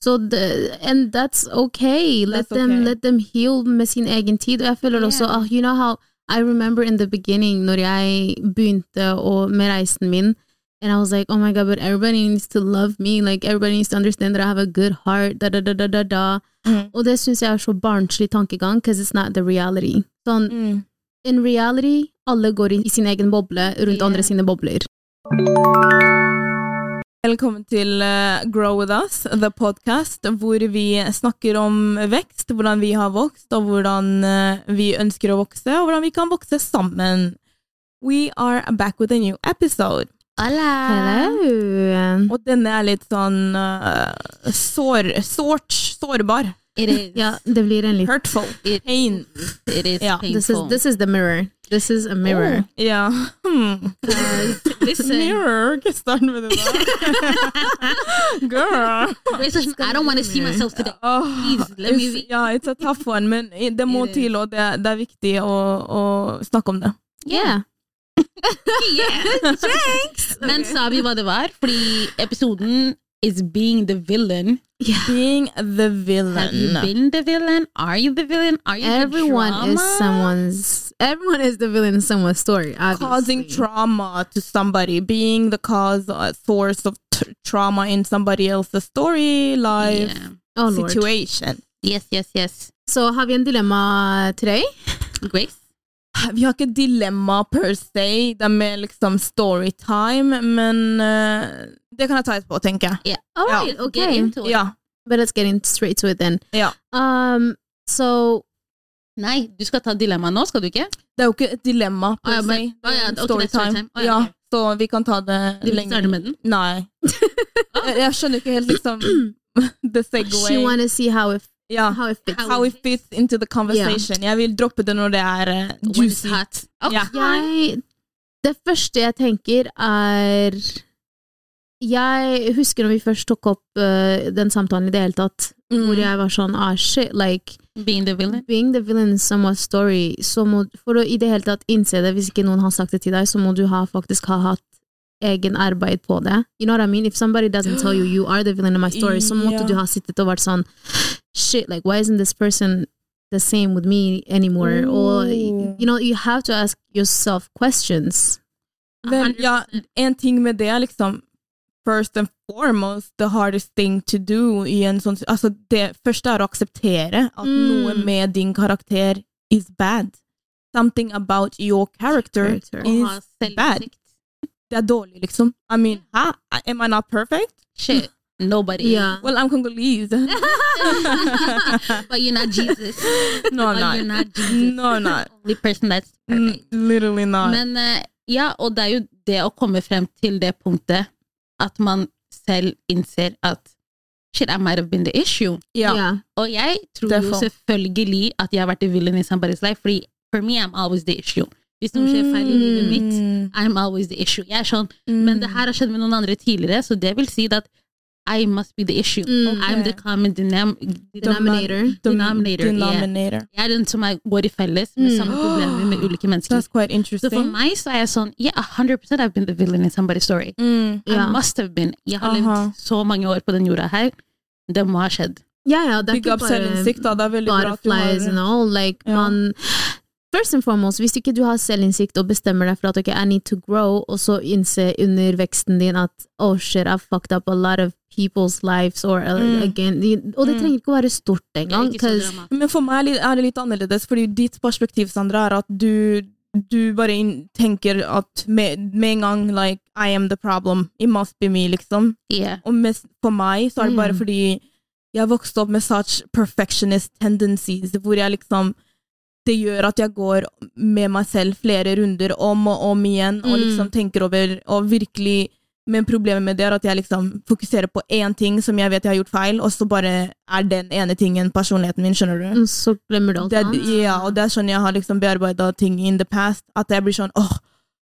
So the, and that's okay. let That's them okay. let them heal med sin egen tid. Og jeg føler også Yeah. ah, You know how I remember in the beginning når jeg begynte å, med reisen min, and I was like, oh my god, but everybody needs to love me. Like everybody needs to understand that I have a good heart. Da da da da da da. Mhm. Og det syns jeg er så barnslig tankegang, because it's not the reality. Sånn, Mm. in reality, alle går inn i sin egen boble rundt Yeah. andre sine bobler. Velkommen til eh, Grow With Us, the podcast, hvor vi snakker om vekst, hvordan vi har vokst, og hvordan eh, vi ønsker å vokse, og hvordan vi kan vokse sammen. We are back with a new episode. Hello. Og denne er litt sånn eh, sår, sårt, sårbar, It is. Ja, det blir en liten hurtful, It, pain. it is Yeah. painful. this is, this is the mirror. This is a mirror. Oh, Ja. Hmm. Listen, Mirror, ikke start med det der. Girl. listen, I don't want to see myself today. Åh, Please, let me it's- read. Ah, Ja, it's a tough one, men i- det må It is. til, og det, det er viktig å, å snakke om det. Yeah. Yeah. Men sa vi hva det var? Fordi episoden is being the villain. Being the Have you villain. been the villain? Are you the villain? Are you Everyone the is drama? someone's everyone is the villain in someone's story. Obviously. Causing trauma to somebody, being the cause, uh, source of t- trauma in somebody else's story, life, Yeah. Oh Lord. situation. Yes, yes, yes. Så har vi en dilemma til deg. Grace? Vi har ikke dilemma per se, det er mer liksom storytime, men eh, det kan jeg ta etterpå, tenker jeg. All Ja. right, Get Ah, okay. into it. Ja. But let's get in straight to it then. Ja. Um, so Nei, du skal ta dilemmaet nå, skal du ikke? Det er jo ikke et dilemma, per Å ja, se. men- å ja, Det er ok, det er storytime. Å ja, ja, ok. så vi kan ta det Du vil starte med den? Nei. Jeg, jeg skjønner ikke helt liksom the she segway. wanna see how it Ja. how it fits. Uh, How it fits into the conversation. Jeg vil droppe det når det er eh, When it's juicy. hot. Oh, Ok. Ja. Jeg, det første jeg tenker er Jeg husker når vi først tok opp eh, den samtalen i det hele tatt, hvor jeg var sånn ah shit, like Being the villain. Being the villain in someone's story, så må, for å i det hele tatt innse det, hvis ikke noen har sagt det til deg, så må du ha, faktisk ha hatt egen arbeid på det. You know what I mean? If somebody doesn't tell you you are the villain in my story, så måtte Ja. du ha sittet og vært sånn shit, like why isn't this person the same with me anymore? Or Ooh. you know, you have to ask yourself questions. Then, ja, en ting med det er liksom First and foremost, the hardest thing to do i en sånn Altså, det første er å akseptere at Mm. noe med din karakter is bad. Something about your character, Character. Å is ha bad. selvinnsikt. Det er dårlig, liksom. I mean, hæ? Am I not perfect? Shit. Nobody. Yeah. Well, I'm Congolese. But you're not Jesus. No, Mm. I'm not. But You're not Jesus. No, I'm not. Only person that's perfect. N- Literally not. Men eh, ja, og det er jo det å komme frem til det punktet at man selv innser at shit, I might have been the issue. ja. Yeah. Og jeg tror Derfor. jo selvfølgelig at jeg har vært the villain in somebody's life, fordi for me I'm always the issue. Hvis noe skjer feil i livet mitt, Mm. I'm always the issue. Jeg er sånn, Mm. men det her har skjedd med noen andre tidligere, så det vil si at I must be the issue. Mm. I'm the common denam Denominator. Dem- denominator, yeah. denominator. Jeg er den som er, går i felles med Mm. samme problemer med ulike mennesker. That's quite Så for interesting. meg så er jeg sånn Yeah, 100 I've been the villain in somebody's story. Mm. Ja. I must have been. Jeg har Aha. levd så mange år på den jorda her. Det må ha skjedd. Ja, ja, det er Bygge ikke opp bare selvinnsikt, da. Det er veldig bra at du butterflies and har all. Like, Ja. man, first and foremost, hvis ikke du har selvinnsikt og bestemmer deg for at ok, I need to grow, og så innse under veksten din at oh shit, I've fucked up a lot of people's lives or uh, Mm. again Og det Mm. trenger ikke å være stort Det er engang. ikke så 'cause- dramatisk. Men for meg er det- er det litt annerledes, fordi ditt perspektiv, Sandra, er at du du bare inn- tenker at med, med en gang like, I am the problem. It must be me, liksom. Yeah. Og mest for meg så er det bare Mm. fordi jeg vokste opp med such perfectionist tendencies, hvor jeg liksom Det gjør at jeg går med meg selv flere runder om og om igjen, og Mm. liksom tenker over og virkelig Men problemet med det er at jeg liksom fokuserer på én ting som jeg vet jeg har gjort feil, og så bare er den ene tingen personligheten min, skjønner du? Mm, så glemmer du alt Det, er- annet. ja, og det er sånn jeg har liksom bearbeida ting in the past. At jeg blir sånn åh,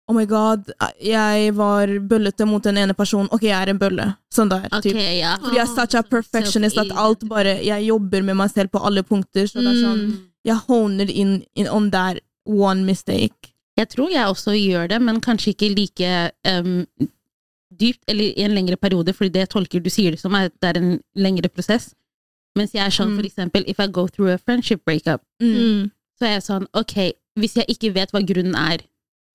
oh my god, jeg var bøllete mot den ene personen. Ok, jeg er en bølle. Sånn der. Ok, Ah, typ. ja. Fordi jeg er such a perfectionist at Self-id. alt bare Jeg jobber med meg selv på alle punkter, så det er sånn Mm. Jeg honer inn in on that one mistake. Jeg tror jeg også gjør det, men kanskje ikke like um, dypt, eller i en lengre periode, fordi det jeg tolker du sier det som, er at det er en lengre prosess. Mens jeg er sånn, Mm. for eksempel, if I go through a friendship breakup, Mm. Mm. så er jeg sånn, ok, hvis jeg ikke vet hva grunnen er,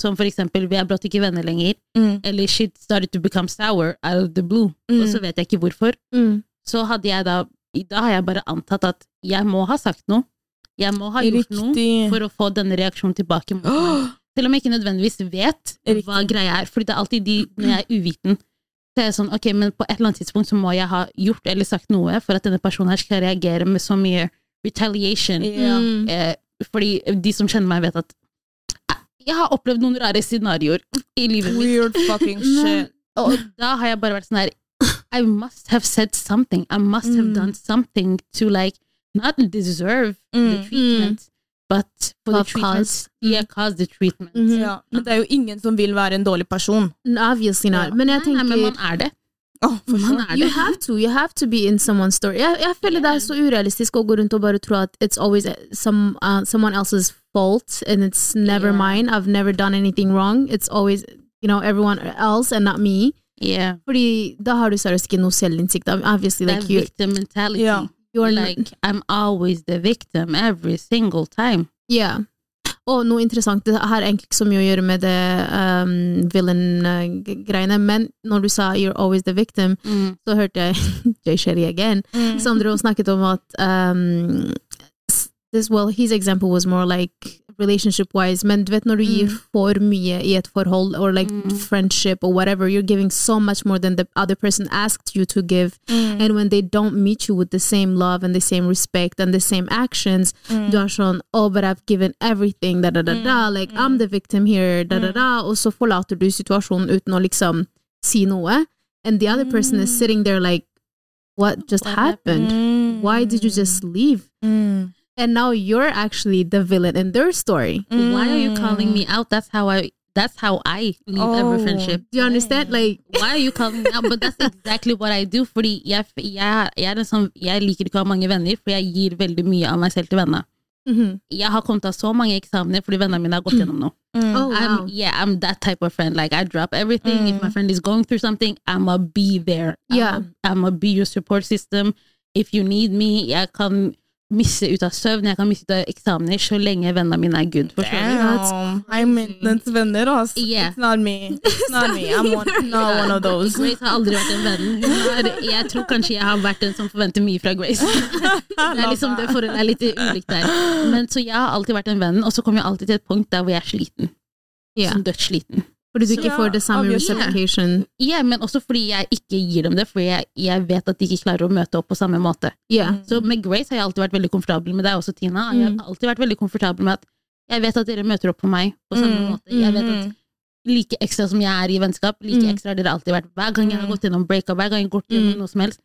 som for eksempel, vi er brått ikke venner lenger, Mm. eller shit started to become sour out of the blue, og Mm. så vet jeg ikke hvorfor, Mm. så hadde jeg da, da har jeg bare antatt at jeg må ha sagt noe, jeg må ha gjort noe, Riktig. for å få denne reaksjonen tilbake mot meg. Åh, Selv om jeg ikke nødvendigvis vet Riktig. hva greia er. Fordi det er alltid de når jeg er uviten. Så er jeg sånn, ok, men på et eller annet tidspunkt så må jeg ha gjort eller sagt noe for at denne personen her skal reagere med så mye retaliation. ja. Mm. Eh, fordi de som kjenner meg, vet at eh, jeg har opplevd noen rare scenarioer i livet mitt. Weird fucking shit. Og da har jeg bare vært sånn her I must have said something. I must have Mm. done something to like not deserve the Mm. treatment, but for the Have treatment. caused. Mm. Yeah, cause the treatment. Mhm. Ja. Men det er jo ingen som vil være en dårlig person. Obviously not. Ja. Men jeg Nei, tenker nei, men man er det. Åh, for Man sure. er You det. have to. You have to be in someone's story. Jeg, jeg føler det er så urealistisk å gå rundt og bare tro at it's always some, uh, someone else's fault, and it's never Yeah. mine. I've never done anything wrong. It's always you know, everyone else and not me. Yeah. Fordi da har du seriøst ikke noe selvinnsikt. Obviously, That like you, victim mentality. Ja. you're like, Like, I'm always the victim every single time. yeah. Og noe interessant, det har egentlig ikke så mye å gjøre med det um, villain-greiene, men når du sa 'you're always the victim', så hørte jeg Jay Sherry again. Mm. Sandro snakket om at um, s- this, well, his example was more like relationship-wise, men du vet når du gir Mm. for mye i et forhold, or like Mm. friendship or whatever, you're giving so much more than the other person asked you to give, Mm. and when they don't meet you with the same love and the same respect and the same actions, Mm. du er sånn, oh, but I've given everything, da da da da, like I'm the victim here, da da Mm. da, og så forlater du situasjonen uten å liksom si noe, and the other person is sitting there like, what just What happened? Mm. Why did you just leave? Mm. And now you're actually the villain in their story. Why are you calling me out? That's how I. That's how I leave every Mm. Oh. friendship. Do you understand? Mm. Like, Why are you calling me out? But that's exactly what I do. Fordi jeg, jeg, jeg er en sånn Jeg liker ikke å ha mange venner, for jeg gir veldig mye av meg selv til venner. mhm. Jeg har kommet av så mange eksamener fordi vennene mine har gått gjennom noe. Mm-hmm. Mm. oh wow. I'm, yeah, I'm that type of friend. Like, I drop everything. Mm. If my friend is going through something, I'ma be there. Yeah. I'ma be your support system. If you need me, jeg kan misse ut av søvn, jeg kan misse ut av eksamener, så lenge vennene mine er good. Forstår du? Damn. I'm maintenance venner, ass. Yeah. It's not me. It's not me. I'm one, not one of those. Grace har aldri vært en venn. Hun har, jeg tror kanskje jeg har vært den som forventer mye fra Grace. Det er liksom det forholdet er litt ulikt der. Men Så jeg har alltid vært den vennen, og så kommer jeg alltid til et punkt der hvor jeg er sliten. Yeah. Som dødssliten. Fordi du ikke Så- får det samme obviously. reciprocation. Ja, men også fordi jeg ikke gir dem det, fordi jeg, jeg vet at de ikke klarer å møte opp på samme måte. Yeah. Så med Grace har jeg alltid vært veldig komfortabel med deg også, Tina. Jeg har alltid vært veldig komfortabel med at jeg vet at dere møter opp på meg på samme Mm. måte. Jeg vet Mm. at like ekstra som jeg er i vennskap, like Mm. ekstra har dere alltid vært. Hver gang jeg har Mm. gått gjennom breakup, hver gang jeg har gått gjennom Mm. noe som helst.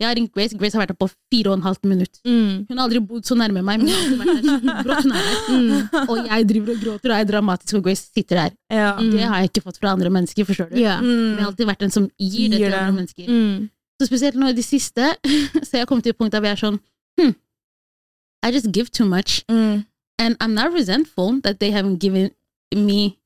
Jeg har ringt Grace, Grace har vært der på fire og en halvt minutt. Mm. Hun har aldri bodd så nærme meg, men hun har alltid vært der brått nær meg. Mm. Og jeg driver og gråter og er dramatisk, og Grace sitter der. Ja. Mm. Det har jeg ikke fått fra andre mennesker, forstår du. Yeah. Mm. Men jeg har alltid vært den som gir Gir det til det. andre mennesker. Mm. Så spesielt nå i det siste, så jeg kom til et punkt der hvor jeg er sånn hm, I just give too much. Mm. And I'm not resentful that they haven't given me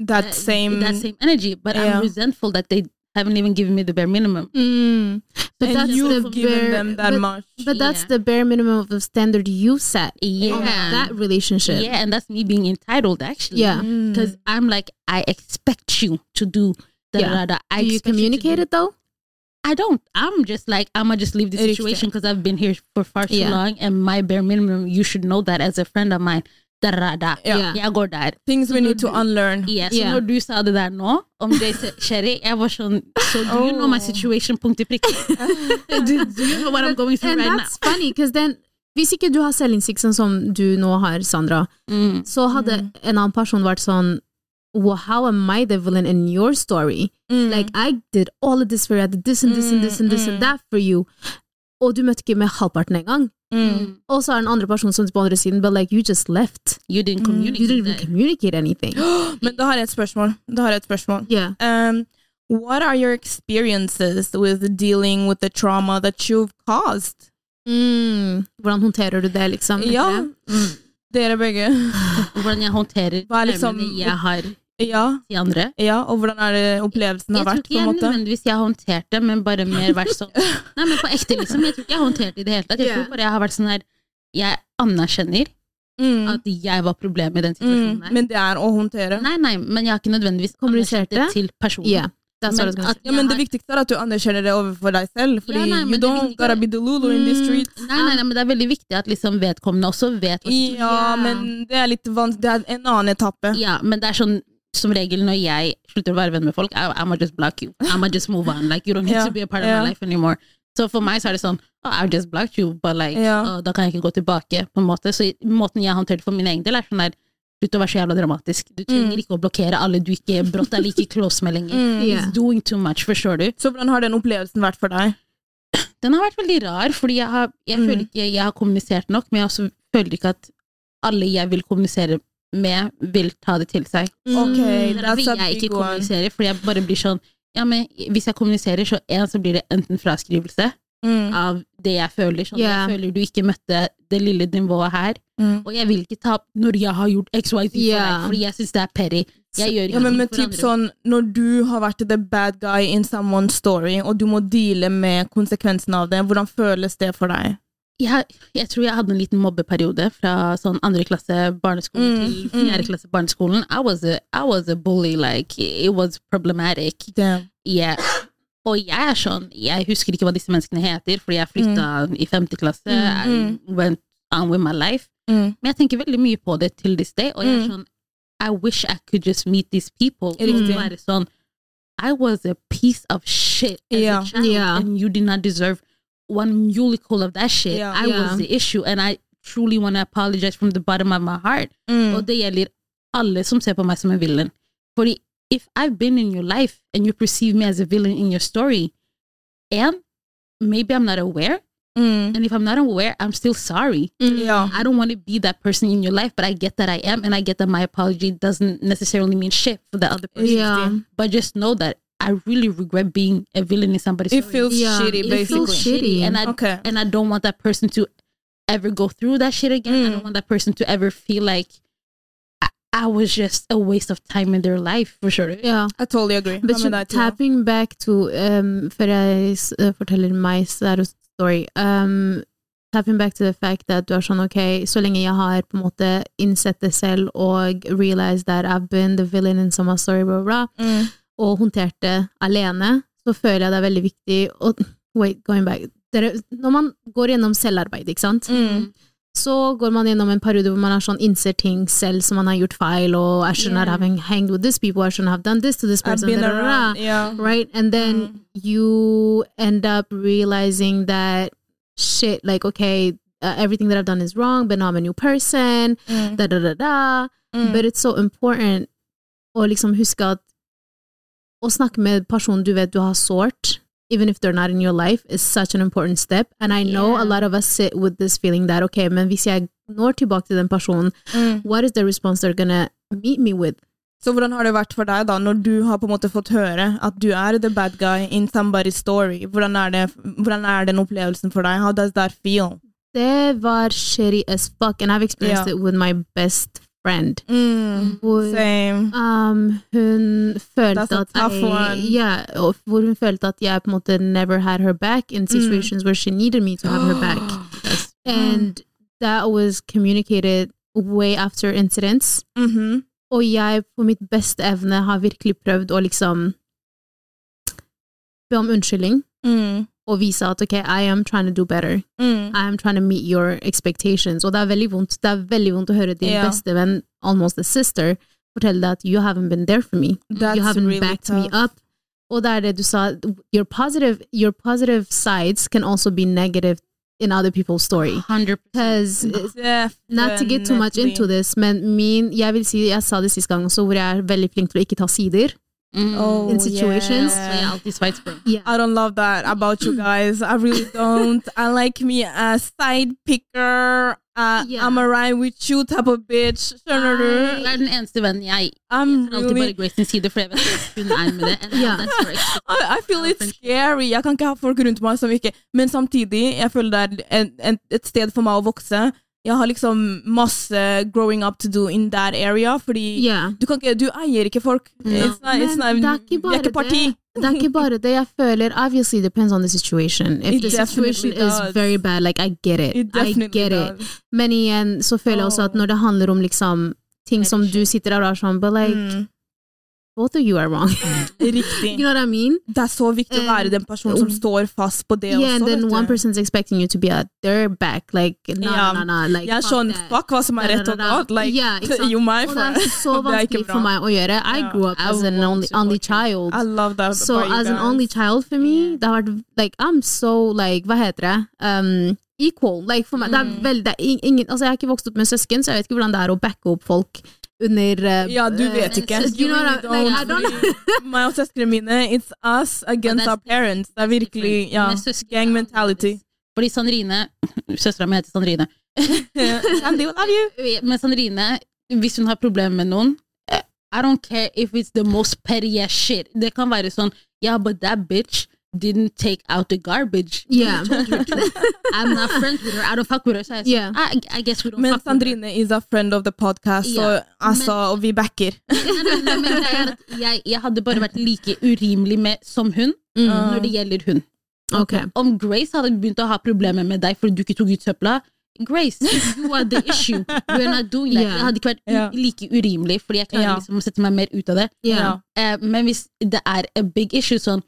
That same. that same energy, but Yeah. I'm resentful that they haven't even given me the bare minimum. Mm. But and that's the you've bare, given them that but, much. but that's Yeah. the bare minimum of the standard you set Yeah. on that relationship. yeah, Mm-hmm. and that's me being entitled actually. Yeah. Mm. Because I'm like, I expect you to do da Yeah. da da. da. I Do you expect to communicate do- it though? I don't. I'm just like, I'm gonna just leave the Riktig. situation because I've been here for far too Yeah. long, and my bare minimum, you should know that as a friend of mine. Da da da. da. Yeah. Yeah. Jeg går der. Things we need to Mm. unlearn. Ja, så Yeah. når du sa det der nå, om det er Sherry, jeg var sånn So do you know my Oh. situation? Punkt i prikken. do, do you know what I'm going through And right now? that's funny, because then hvis ikke du har selvinnsikt sånn som du nå har, Sandra, Mm. så hadde en annen person vært sånn well, How am I the villain in your story? Mm. Like, I did all of this for you. I did this and this and this and this Mm. and that for you. Og du møtte ikke med halvparten engang. Mm. Og så er det en andre person som er på andre siden, but like, you just left. You Mm, didn't You communicate. didn't even communicate anything. Men da har jeg et spørsmål. Da har jeg et spørsmål. Yeah. Um, what are your experiences with dealing with the trauma that you've caused? Mm. Hvordan håndterer du det, liksom? Mm. Ja, dere begge. Hvordan jeg håndterer Hva er liksom- traumene jeg har Ja, til andre. ja, og hvordan er det opplevelsen Jeg har tror vært? på ikke jeg en måte? nødvendigvis jeg har håndtert det, men bare mer vært sånn Nei, men på ekte, liksom. Jeg tror ikke jeg har håndtert det i det hele tatt. Jeg Ja. tror bare jeg har vært sånn her Jeg anerkjenner Mm, at jeg var problemet i den situasjonen mm, der. men det er å håndtere. Nei, nei, men jeg har ikke nødvendigvis Kommunisert kommunisert det det? til personen. Yeah, that's what I was Men gonna at say. Ja, men jeg det viktigste er at du anerkjenner det overfor deg selv, fordi Ja, nei, men you det don't viktige- gotta be the lulu in the Mm. street. har- Nei, nei, nei, men det er veldig viktig at liksom vedkommende også vet hva Ja, Ja. men det er litt vanskelig. Det er en annen etappe. Ja, men det er sånn som regel når jeg slutter å være venn med folk, I, I'ma just block you. I'ma just move on. Like, you don't need Ja, to be a part of ja. my life anymore. Så for meg så er det sånn, oh, I've just blocked you, but like, Ja. «Å, da kan jeg ikke gå tilbake, på en måte. Så i- måten jeg håndterer det for min egen del, er sånn der, slutt å være så jævla dramatisk. Du trenger Mm. ikke å blokkere alle du ikke brått er like close med lenger. Mm. Ja. It's doing too much, forstår du? Så hvordan har den opplevelsen vært for deg? Den har vært veldig rar, fordi jeg, har, jeg Mm. føler ikke jeg har kommunisert nok, men jeg også føler ikke at alle jeg vil kommunisere med, vil ta det til seg. Mm. Ok, Derfor vil jeg ikke kommunisere, fordi jeg bare blir sånn ja, men Hvis jeg kommuniserer, så, en, så blir det enten fraskrivelse Mm. av det jeg føler. Sånn, Ja. Jeg føler du ikke møtte det lille nivået her. Mm. Og jeg vil ikke ta opp når jeg har gjort XYZ for Ja. deg, fordi jeg syns det er petty. Jeg gjør Ja, men ingenting med for typ andre. sånn, Når du har vært the bad guy in someone's story, og du må deale med konsekvensen av det, hvordan føles det for deg? jeg, jeg tror jeg hadde en liten mobbeperiode fra sånn andre klasse barneskolen Mm, til mm. fjerde klasse barneskolen. I was, a, I was a bully, like, it was problematic. Damn. Yeah. Og jeg er sånn, jeg husker ikke hva disse menneskene heter, fordi jeg flytta i femte klasse. Mm, I went on with my life. Mm. Men jeg tenker veldig mye på det til this day, og jeg er Mm. sånn I wish I could just meet these people. Riktig. Og være sånn I was a piece of shit as Ja. a child, Ja. and you did not deserve one mulicle of that shit. Ja. I Ja. was the issue, and I truly want to apologize from the bottom of my heart. Mm. Og det gjelder alle som ser på meg som en villain. Fordi if I've been in your life and you perceive me as a villain in your story, and maybe I'm not aware, Mm. and if I'm not aware, I'm still sorry. Mm. Ja. I don't want to be that person in your life, but I get that I am, and I get that my apology doesn't necessarily mean shit for the other person. Yeah. But just know that I really regret being a villain in somebody's It story. feels Ja. shitty, It basically. feels shitty, and I Okay. and I don't want that person to ever go through that shit again. I Mm. don't want that person to ever feel like I, I was just a waste of time in their life for sure. Yeah. I totally agree. But Hva you, med deg, Tia? tapping back to um, Før jeg s- eh, forteller my sad story um, Tapping back to the fact that du er sånn Ok, så lenge jeg har på en måte innsett det selv og realized that I've been the villain in someone's story, blah, blah, blah, Mm. og håndtert det alene, så føler jeg det er veldig viktig å Wait, going back Dere, Når man går gjennom selvarbeid, ikke sant? Mm. så går man gjennom en periode hvor man er sånn innser ting selv som man har gjort feil, og I shouldn't Yeah. have hang- hanged with this people, I shouldn't have done this to this I've person, been da, da, da, da. around. Yeah. right? And then Mm. you end up realizing that shit, like, okay, uh, everything that I've done is wrong, but now I'm a new person, Mm. da da da da. Mm. But it's so important å liksom huske at å snakke med personen du vet du har sårt, even if they're not in your life, is such an important step. And I know Yeah. a lot of us sit with this feeling that, okay, men hvis jeg når tilbake til den personen, Mm. what is the response they're gonna meet me with? Så hvordan har det vært for deg da, når du har på en måte fått høre at du er the bad guy in somebody's story? Hvordan er, det, hvordan er den opplevelsen for deg? How does that feel? Det var shitty as fuck, and I've experienced Yeah. it with my best friend. Mm. Hvor Same. um, hun That's a følte at tough one. jeg, ja, og hvor hun følte at jeg på en måte never had her back Mm. in situations where she needed me to have her back. Yes. And that was communicated way after incidents. Mhm. Og jeg på mitt beste evne har virkelig prøvd å liksom be om unnskyldning mm. og vise at ok, I am trying to do better. Mm. I am trying to meet your expectations. Og det er veldig vondt, det er veldig vondt å høre din Ja. beste venn, almost a sister, fortelle deg at you haven't been there for me. That's you haven't really backed me tough. up. Og det er det du sa, your positive, your positive sides can also be negative in other people's story. 100%. Because Not to get too much into Definitely. this, men min Jeg vil si, jeg sa det sist gang også, hvor jeg er veldig flink til å ikke ta sider. Oh, in situations. So yeah. yeah, Mm. all these fights, bro. I don't love that about you guys. I really don't. I like me a side picker. Uh, Yeah. I'm alright with you type of bitch. Skjønner Du du? er den eneste vennen jeg I'm Jeg kan alltid really bare Grace sin side, for jeg vet at hun er med det. And Ja. that's correct. I, I feel it's scary. Jeg kan ikke ha folk rundt meg som ikke Men samtidig, jeg føler det er en, en, et sted for meg å vokse. jeg har liksom masse growing up to do in that area, fordi Yeah. du, kan ikke, du eier ikke folk. It's not, it's not, Men det er ikke vi bare er ikke parti. det. Det er ikke bare det. Jeg føler Obviously, it depends on the situation. If It the situation definitely is does. very bad, like, I get it. It I definitely get it. does. Oh. Men igjen, så føler jeg også at når det handler om liksom ting som du sitter der og er sånn But like, Mm. both of you are wrong. Riktig. you know what I mean? Det er så viktig å være den personen som står fast på det Mm. Yeah, and også. then vet one du. person's expecting you to be at their back. Like, nah, Ja. nah, nah, like, Jeg er sånn that. Fuck hva som er rett Da, og da, da. galt. Like, Ja, ikke sant? you my Og det friend. er så Det er ikke vanskelig for bra. meg å gjøre. I Ja. grew up as an only, only child. I love that So about you as an guys. only child for me, det har vært like, I'm so like, hva heter det? Um, equal. Like, for meg, det Mm. er veldig, det er ing- ingen, altså jeg har ikke vokst opp med søsken, så jeg vet ikke hvordan det er å backe opp folk under eh, Ja, du eh, vet ikke. You know what I- like, I don't- fordi Meg og søstrene mine, it's us against Og our parents. Det er virkelig ja, Men søsken- gang mentality. Fordi Sandrine Søstera mi heter Sandrine. Sandy, we love you. Men Sandrine, hvis hun har problemer med noen eh, I don't care if it's the most petty ass shit. Det kan være sånn Yeah, but that bitch didn't take out the garbage. Yeah. I'm not friends with her. I don't fuck with her. Så jeg er sånn, Yeah. I, I guess we don't Men fuck with her. Sandrine is a friend of the podcast, Ja, så altså, og vi backer. Nei, nei, nei, men det er at jeg, jeg hadde bare vært like urimelig med, som hun Mm. når det gjelder hun. Ok. Om Grace hadde begynt å ha problemer med deg fordi du ikke tok ut søpla Grace, you are the issue. We're not doing that. Ja. Jeg hadde ikke vært u Ja. like urimelig, fordi jeg klarer Ja. liksom å sette meg mer ut av det. Yeah. Eh, men hvis det er a big issue, sånn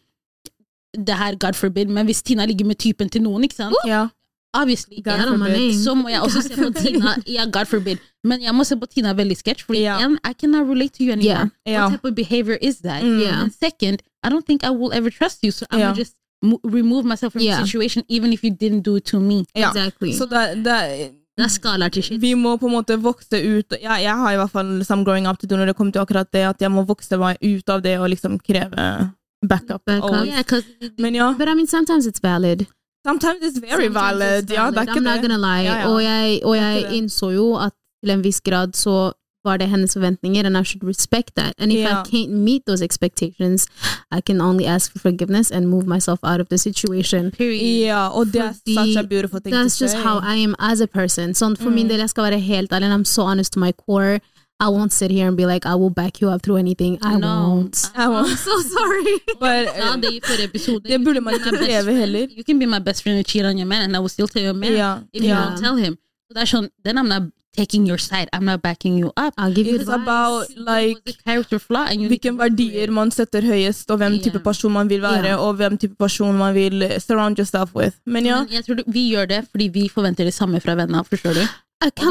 det her, God forbid, men hvis Tina ligger med typen til noen, ikke sant? Ja. Obviously, God ja, Out of my forbid. name. så må jeg også se på Tina. Ja, God forbid. Men jeg må se på Tina veldig sketsj, fordi Ja. en, I cannot relate to you anymore. Yeah. Ja. What type of behavior is that? Mm. Yeah. And second, I don't think I will ever trust you, so I Yeah. will just mo- remove myself from Yeah. the situation, even if you didn't do it to me. ja. Exactly. Så det, det Det er skalaer til shit. vi må på en måte vokse ut ja, Jeg har i hvert fall liksom growing up to do når det kommer til akkurat det, at jeg må vokse meg ut av det og liksom kreve backup. Backup. always. Yeah, 'cause Men ja, uh, But I mean, sometimes it's valid. sometimes it's very Sometimes valid. it's Ja, det er valid. I'm not ikke det. gonna lie. Ja, ja. Og jeg, og jeg ikke det. innså jo at til en viss grad så var det hennes forventninger, and I should respect that. And if Ja. I can't meet those expectations, I can only ask for forgiveness and move myself out of the situation. period. Ja, og det er Fordi such a beautiful thing That's to just say. Mm. how I am as a person. Sånn, for min del, jeg skal være helt ærlig, and I'm so honest to my core. I won't sit here and be like, I will back you up through anything. I No. won't. I I'm won't. so sorry. But, Ja, det i forrige episode. eh, Det burde man ikke My best kreve friend. heller. You can be my best friend and cheat on your man, and I will still tell your man Ja, if you ja. don't tell him. Så det er sånn, then I'm not taking your side. I'm not backing you up. I'll give you It's advice. about like It's a character flaw, and you need hvilke to work through verdier it. man setter høyest, og hvem Ja. type person man vil være, og hvem type person man vil eh, surround yourself with. Men ja, Men Mm-hmm. jeg tror du- vi gjør det fordi vi forventer det samme fra venner, forstår du?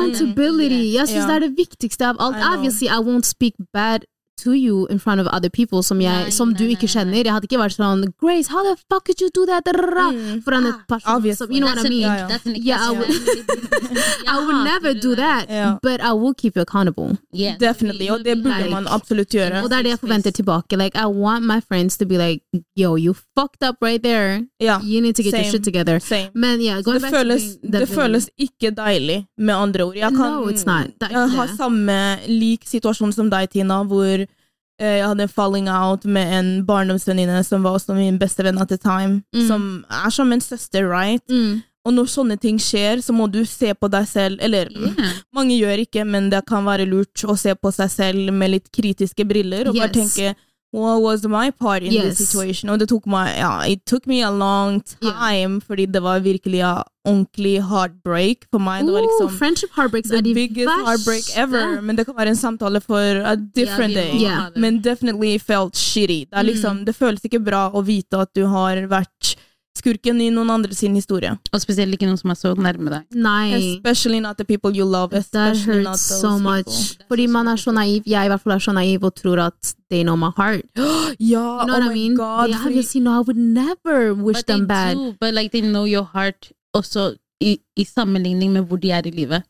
Accountability. Jeg syns Ja. det er det viktigste av alt. I know. Obviously, I won't speak bad to you in front of other people som, jeg, Nei, som nei, du nei, ikke nei. kjenner. Jeg hadde ikke vært sånn Grace, how the fuck could you do that? Rrrra, Foran et Ah, person som Mm, obviously. You know what That's I an mean? Ja, ick, ja. that's an ick, Yeah, that's I an would- ick. I will never do that, Ja. but I will keep you accountable. Yeah. definitely, og det burde Like- man absolutt gjøre. Og det er det jeg forventer tilbake. Like, I want my friends to be like, yo, you fucked up right there. Ja, You need to get your Same. shit together. same. Men yeah, going Det back føles, to being that det føles ikke deilig, med andre ord. Jeg, kan, No, it's not. Det er ikke jeg har det. samme lik situasjon som deg, Tina, hvor eh, jeg hadde en falling out med en barndomsvenninne som var også min beste venn at the time, som er som en søster, right? Mm. Og når sånne ting skjer, så må du se på deg selv, eller Yeah. mange gjør ikke, men det kan være lurt å se på seg selv med litt kritiske briller og bare Yes. tenke What was my part in Yes. this situation? Og det tok meg ja, It took me a long time, fordi det var virkelig ja, ordentlig heartbreak for meg. Det var Ooh, liksom friendship heartbreaks the er de biggest heartbreak verste. ever. Men det kan være en samtale for a different Ja, vi må day. Ja. Mm. ha det. Men definitely felt shitty. Det, er liksom, det føles ikke bra å vite at du har vært skurken i noen andre sin historie. Og spesielt ikke noen som er så nærme deg. Nei. Especially not the people you love. Mm. That Especially not hurts those so much. people. Fordi man er så naiv. Jeg i hvert fall er så naiv og tror at they know my heart. You Ja, know oh what I my mean? god. they fordi- obviously know I would never wish But they them bad. do, but like they know your heart også i, i sammenligning med hvor de er i livet.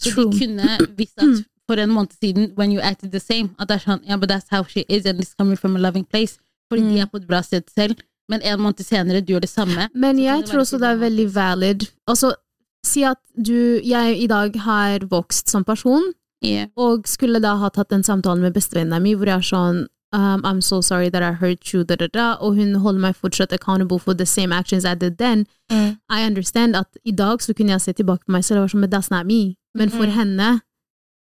Så True. de kunne visst at for en måned siden, when you acted the same, at det er sånn, yeah, but that's how she is, and it's coming from a loving place. Fordi Mm. de er på et bra sted selv, men en måned senere, du gjør det samme. Men Så kan jeg det tror være også det er problematisk. veldig valid. Altså, si at du Jeg i dag har vokst som person, Yeah. og skulle da ha tatt en samtale med bestevenninna mi hvor jeg er sånn um, I'm so sorry that I hurt you, da, da, da. og hun holder meg fortsatt accountable for the same actions I did then, Mm. I understand at i dag så kunne jeg se tilbake på meg selv og være sånn, men that's not me. Men for Mm-hmm. henne,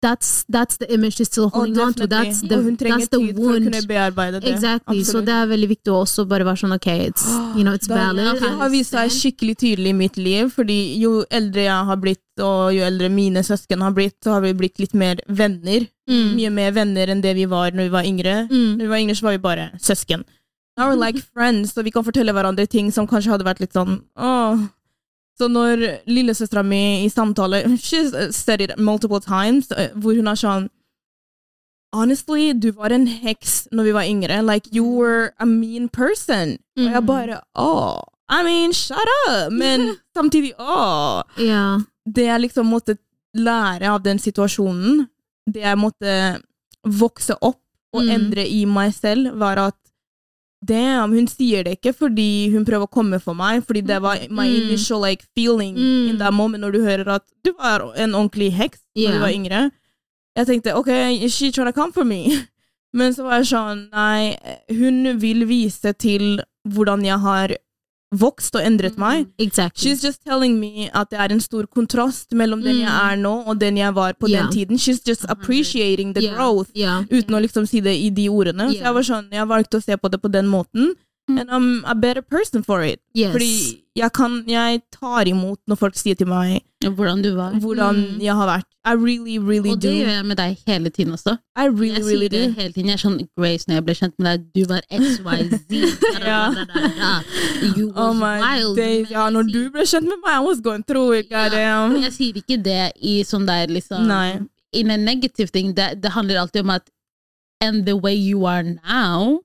that's, that's the image she's Oh, still holding on to. oh, That's definitivt. the, og hun trenger that's the tid for å wound. kunne bearbeide det. Exactly. Så Absolutt. det er veldig viktig å også bare være sånn, ok, it's, you know, it's Det er- valid. Mm. Det har vist seg skikkelig tydelig i mitt liv, fordi jo eldre jeg har blitt, og jo eldre mine søsken har blitt, så har vi blitt litt mer venner. Mm. Mye mer venner enn det vi var når vi var yngre. Mm. Når vi var yngre, så var vi bare søsken. Now we're like friends, så vi kan fortelle hverandre ting som kanskje hadde vært litt sånn åh. Så når lillesøstera mi i samtale She said it multiple times, eh, hvor hun er sånn Honestly, du var en heks når vi var yngre. Like, you were a mean person. Og jeg bare åh. I mean, shut up! Men samtidig åh. Ja. Det jeg liksom måtte lære av den situasjonen, det jeg måtte vokse opp og Mm. endre i meg selv, var at damn, hun sier det ikke fordi hun prøver å komme for meg, fordi det var my Mm. initial like, feeling Mm. in that moment når du hører at du var en ordentlig heks da Ja. du var yngre. Jeg tenkte ok, she trying to come for me. Men så var jeg sånn, nei, hun vil vise til hvordan jeg har vokst og Mm. endret meg. Exactly. She's just telling me at det er en stor kontrast mellom den Mm. jeg er nå, og den jeg var på Ja. den tiden. She's just appreciating the Yeah. growth, Yeah. uten å liksom si det i de Ja. ordene. Så jeg var sånn, jeg valgte å se på det på den måten, Mm. and I'm a better person for it. Yes. Fordi jeg, kan, jeg tar imot når folk sier til meg Hvordan du var. hvordan Mm. jeg har vært. I really, really Og do. det gjør jeg med deg hele tiden også. I really, Jeg really sier det do. hele tiden. Jeg er sånn Grace, når jeg ble kjent med deg, du var XYZ. Ja. You Oh was my wild. days. Men Ja, jeg når sier- du ble kjent med meg, I was going through it, Ja, goddamn. men Jeg sier ikke det i sånn der liksom Nei. In a negative thing. Det, det handler alltid om at And the way you are now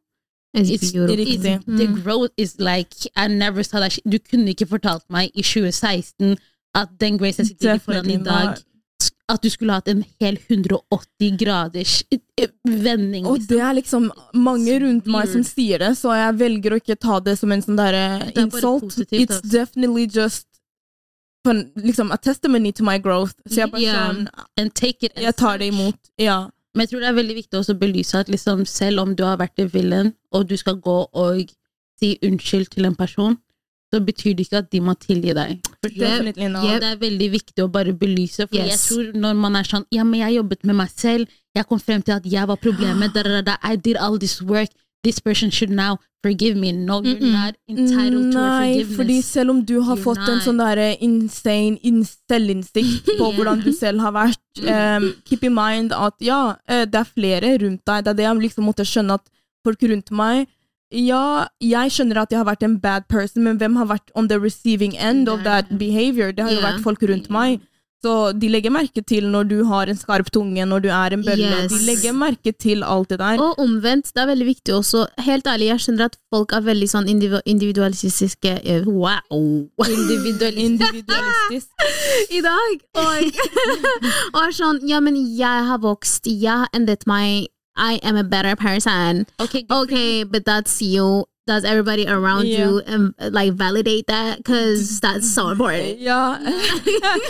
It's It's, beautiful. it's, Riktig. Mm. the growth is like I never saw that shit. Du kunne ikke fortalt meg i 2016 at den Grace jeg sitter foran Definitely i dag, not. sk- at du skulle hatt en hel 180 graders eh, eh, vending. Og det er liksom mange rundt meg som Weird. sier det, så jeg velger å ikke ta det som en sånn derre Det er bare insult. positivt, It's altså. definitely just fun, liksom a testimony to my growth. Så jeg bare Ja. sånn, And take it as jeg tar det such. imot. Ja. Men jeg tror det er veldig viktig også å belyse at liksom, selv om du har vært en villain, og du skal gå og si unnskyld til en person, så betyr det ikke at de må tilgi deg. Definitely not. Og det er veldig viktig å bare belyse, for jeg Yes. tror når man er sånn Ja, men jeg jobbet med meg selv, jeg kom frem til at jeg var problemet, da, da, da, I did all this work, this person should now forgive me. No, you're Mm-mm. not entitled to Nei, forgiveness. fordi selv om du har You're fått en not. sånn derre insane in- selvinnsikt på Ja. hvordan du selv har vært, em, keep in mind at ja, eh, det er flere rundt deg. Det er det jeg liksom måtte skjønne at folk rundt meg ja, jeg skjønner at jeg har vært en bad person, men hvem har vært on the receiving end of that behavior? Det har jo Ja. vært folk rundt meg. Så de legger merke til når du har en skarp tunge, når du er en bølle. Yes. De legger merke til alt det der. Og omvendt, det er veldig viktig også. Helt ærlig, jeg skjønner at folk er veldig sånn individu- individualistiske eh, Wow! Individuell. Individualistisk. I dag! Og, og er sånn Ja, men jeg har vokst, jeg har endret meg, I am a better person. Ok, Okay, but that's you. That's everybody around Yeah. you. And like validate that, because that's so important. Ja.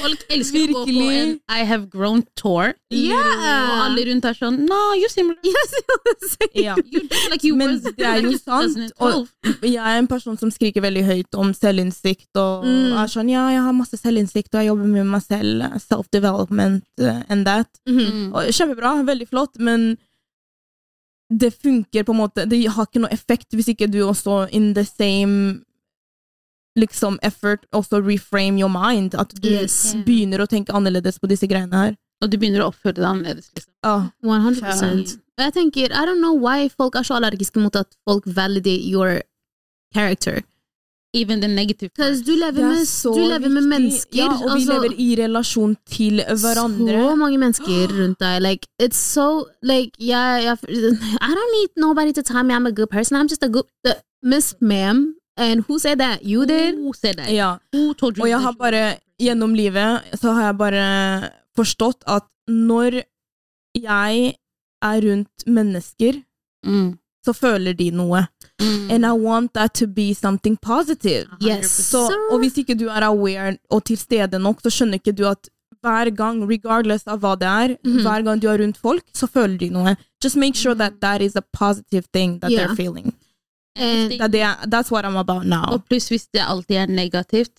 Folk elsker å gå på Virkelig. en I have grown tour. Og Yeah! alle rundt er sånn No, you're similar. Yes, ja. You do like you Men was det er back jo in sant, 2012. Jeg er en person som skriker veldig høyt om selvinnsikt, og Mm. er sånn ja, jeg har masse selvinnsikt, og jeg jobber med meg selv, eh, self-development eh, and that. Mhm. Mm. Og kjempebra, veldig flott, men det funker på en måte, det har ikke noe effekt hvis ikke du også in the same liksom effort også reframe your mind, at du Yes. begynner å tenke annerledes på disse greiene her. Og du begynner å oppføre deg annerledes. Liksom. Ah, 100 Og jeg tenker, I don't know why folk er så allergiske mot at folk validate your character. Even the negative. part. Because du lever det er med, så du lever med viktig. mennesker. Ja, og vi altså, lever i relasjon til hverandre. Så mange mennesker rundt deg. Like, it's so like, jeg- jeg- I don't need nobody to tell me I'm a good person. I'm just a good the- Miss ma'am. And who said that? You did? Mm. Who said that? Ja. Who told you Og jeg har that? bare, gjennom livet, så har jeg bare forstått at når jeg er rundt mennesker, Mm. så føler de noe. Mm. And I want that to be something positive. Yes. Så, og hvis ikke du er aware og til stede nok, så skjønner ikke du at hver gang, regardless av hva det er, Mm-hmm. Mhm. hver gang du er rundt folk, så føler de noe. Just make sure that Mm. that is a positive thing that Ja. they're feeling. And, Eh, That they, are- that's what I'm about now. Og pluss hvis det alltid er negativt,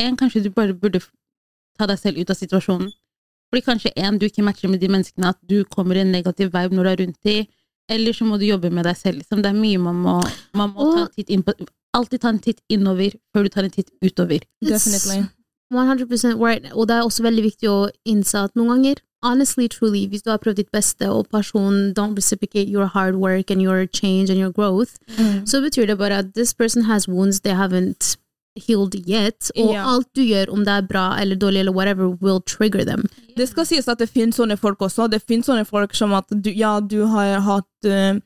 en, kanskje du bare burde ta deg selv ut av situasjonen. Fordi kanskje en, du ikke matcher med de menneskene, at du kommer i en negativ vibe når du er rundt de, eller så må du jobbe med deg selv. Liksom. Det er mye man må, man må ta en titt inn på. Alltid ta en titt innover før du tar en titt utover. Definitely. 100% right. Og det er også veldig viktig å innse at noen ganger, honestly, truly, hvis du har prøvd ditt beste, og personen don't reciprocate your hard work and your change and your growth, Mm. så betyr det bare at this person has wounds they haven't healed yet, og Ja. alt du gjør, om det er bra eller dårlig eller whatever, will trigger them. Det skal sies at det finnes sånne folk også. Det finnes sånne folk som at du, ja, du har hatt eh,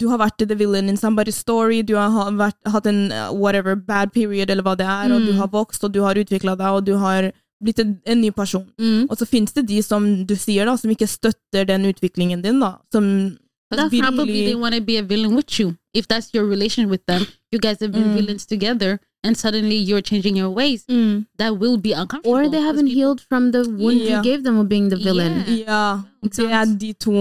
Du har vært the villain in somebody's story, du har ha- vært, hatt en eh, whatever bad period, eller hva det er, og Mm. du har vokst, og du har utvikla deg, og du har blitt en, en ny person. Mm. Og så finnes det de som du sier, da, som ikke støtter den utviklingen din, da. Som Because That's probably really- they want to be a villain with you. If that's your relation with them, you guys have been villains together, and suddenly you're changing your ways. Mm. That will be uncomfortable. Or they 'cause haven't healed from the wound Yeah. you gave them of being the villain. Yeah. Ja, Ikke det er sant? de to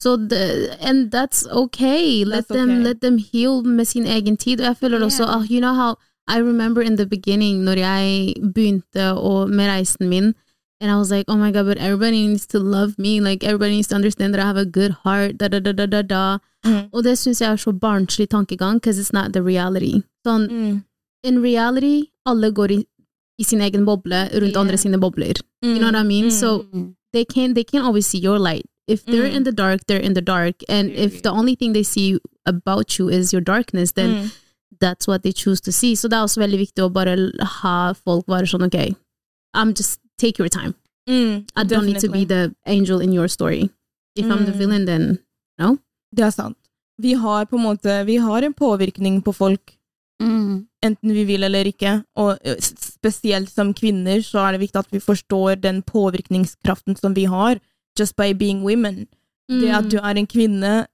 So the, and that's okay. Let That's them okay. let them heal med sin egen tid. Og jeg føler også Yeah. ah, You know how I remember in the beginning når jeg begynte å, med reisen min, and I was like, oh my god, but everybody needs to love me. Like everybody needs to understand that I have a good heart. Da da da da da da. Mm. Og det syns jeg er så barnslig tankegang, because it's not the reality. Sånn, Mm. in reality, alle går i, i sin egen boble rundt Yeah. andre sine bobler. You know what I mean? So Mm. they can they can always see your light. If they're Mm. in the dark, they're in the dark. And if the only thing they see about you is your darkness, then Mm. that's what they choose to see. Så det er også veldig viktig å bare ha folk være sånn OK, I'm just take your time. Mm. I don't need to be Definitely. the angel in your story. If I'm the Mm. villain, then no. Det er sant. Vi har på en måte Vi har en påvirkning på folk. Mm. enten vi vil eller ikke, og eh, s- spesielt som kvinner, så er det viktig at vi forstår den påvirkningskraften som vi har, just by being women. Det at du er en kvinne,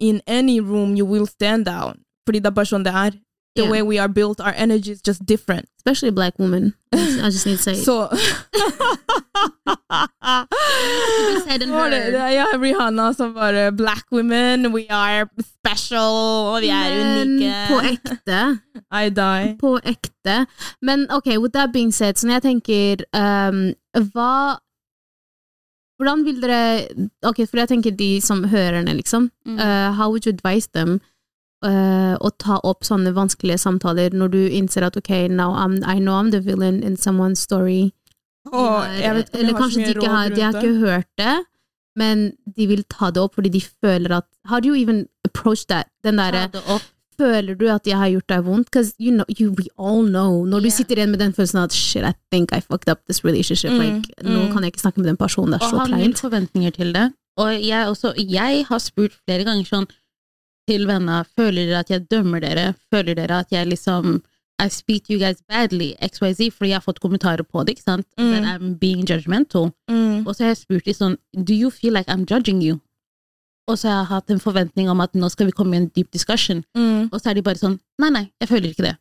in any room you will stand out, fordi det er bare sånn det er. The Yeah. way we are built, our energy is just different. Especially a black woman. I just need to say it. Så said and Var det- heard. det er- Ja, Rihanna som bare Black women, we are special, og vi er på unike. ekte I die. på ekte. Men ok, with that being said, så når jeg tenker ehm, hva Hvordan vil dere Ok, for jeg tenker de som hører det, liksom. Mm. eh, how would you advise them eh, å ta opp sånne vanskelige samtaler når du innser at ok, now I'm, I know I'm the villain in someone's story. De Åh, har- jeg vet ikke om jeg eller har så kanskje de mye ikke har, råd de har rundt det. ikke hørt det, men de vil ta det opp fordi de føler at How do you even approach that? Den derre Ta det opp. føler du at jeg har gjort deg vondt? Because you know, you, we all know. Når Yeah. du sitter igjen med den følelsen at shit, I think I fucked up this relationship. Mm, Like, nå mm. kan jeg ikke snakke med den personen, det er Og så ha null kleint. forventninger til det. Og jeg, også, jeg har spurt flere ganger sånn til venner Føler dere at jeg dømmer dere? Føler dere at jeg liksom I speak to you guys badly, XYZ, fordi jeg har fått kommentarer på det. ikke sant? Mm. That I'm being judgmental. Mm. Og så har jeg spurt dem sånn Do you feel like I'm judging you? Og så har jeg hatt en forventning om at nå skal vi komme i en deep discussion. Mm. Og så er de bare sånn Nei, nei, jeg føler ikke det.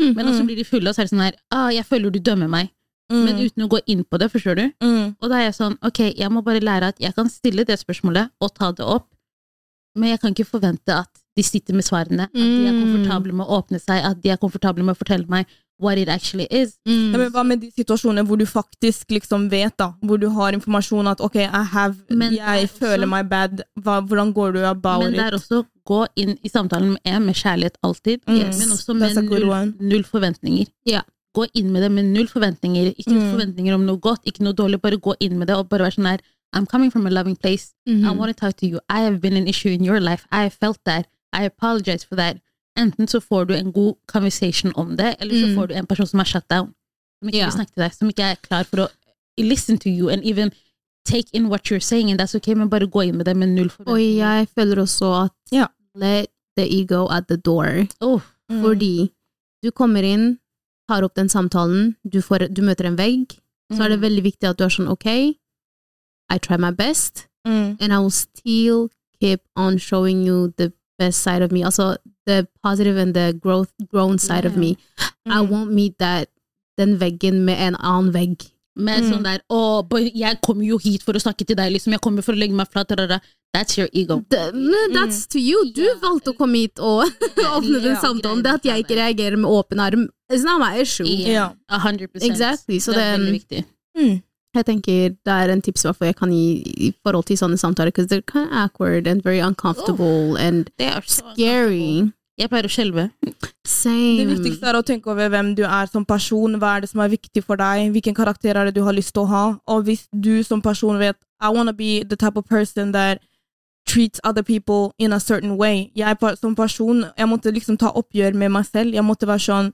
Mm, Men også mm. blir de fulle, og så er det sånn her ah, Jeg føler du dømmer meg. Mm. Men uten å gå inn på det, forstår du? Mm. Og da er jeg sånn, ok, jeg må bare lære at jeg kan stille det spørsmålet og ta det opp, men jeg kan ikke forvente at de sitter med svarene, at de er Mm. komfortable med å åpne seg, at de er komfortable med å fortelle meg what it actually is. Mm. Ja, men hva med de situasjonene hvor du faktisk liksom vet, da? Hvor du har informasjon at OK, I have, Men jeg det er føler også- meg bad. Hva, hvordan går du about Men det er it? også gå inn i samtalen med en med kjærlighet alltid, Mm. Yes. men også That's med a good null, one. null forventninger. Ja. Gå inn med det med null forventninger, ikke Mm. forventninger om noe godt, ikke noe dårlig, bare gå inn med det og bare være sånn her, I'm coming from a loving place, I Mhm. want to talk to you. I have been an issue in your life. I have felt that. I apologize for that. Enten så får du en god conversation om det, eller så Mm. får du en person som har shut down, som ikke Ja. vil snakke til deg, som ikke er klar for å listen to you and even take in what you're saying, and that's okay, men bare gå inn med det med null Og forventninger. jeg føler også at Ja. let the ego at the door. Åh, Mm. Fordi du kommer inn, tar opp den samtalen, du, får, du møter en vegg, så Mm. er det veldig viktig at du er sånn OK, I try my best. Mm. and I will still keep on showing you the best side of me. Also, the positive and the growth grown side of Yeah. me. I Mm. won't meet that den veggen med en annen vegg. Med Mm. sånn der Å, boy, jeg kommer jo hit for å snakke til deg, liksom. Jeg kommer for å legge meg flat. rara. That's your ego. Det- men mm, That's to you. Du Ja. valgte å komme hit og åpne den Ja, samtalen. greiene Det at jeg ikke reagerer med åpen arm, it's not my issue. Yeah, Ja. 100%. Exactly. Så Det er det, veldig viktig. Mm. jeg tenker det er en tips i hvert fall jeg kan gi i forhold til sånne samtaler, because they're kind of awkward and very uncomfortable and Det er så uncomfortable. scary. Jeg pleier å skjelve. Det Same. viktigste er å tenke over hvem du er som person, hva er det som er viktig for deg, hvilken karakter er det du har lyst til å ha, og hvis du som person vet I wanna be the type of person that treats other people in a certain way. Jeg pa- som person, jeg måtte liksom ta oppgjør med meg selv. Jeg måtte være sånn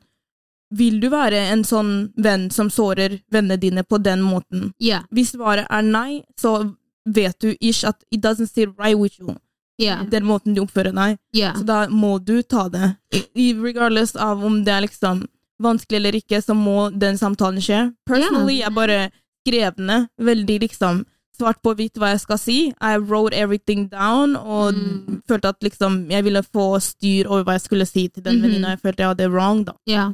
Vil du være en sånn venn som sårer vennene dine på den måten? Yeah, Hvis svaret er nei, så vet du ish at it doesn't sit right with you. yeah, Den måten du oppfører deg. yeah. Så da må du ta det. I- i- Regardless av om det er liksom vanskelig eller ikke, så må den samtalen skje. Personally, jeg bare skrev ned veldig liksom svart på hvitt hva jeg skal si. I wrote everything down, og Mm. følte at liksom jeg ville få styr over hva jeg skulle si til den Mhm. venninna jeg følte jeg hadde wrong, da. yeah.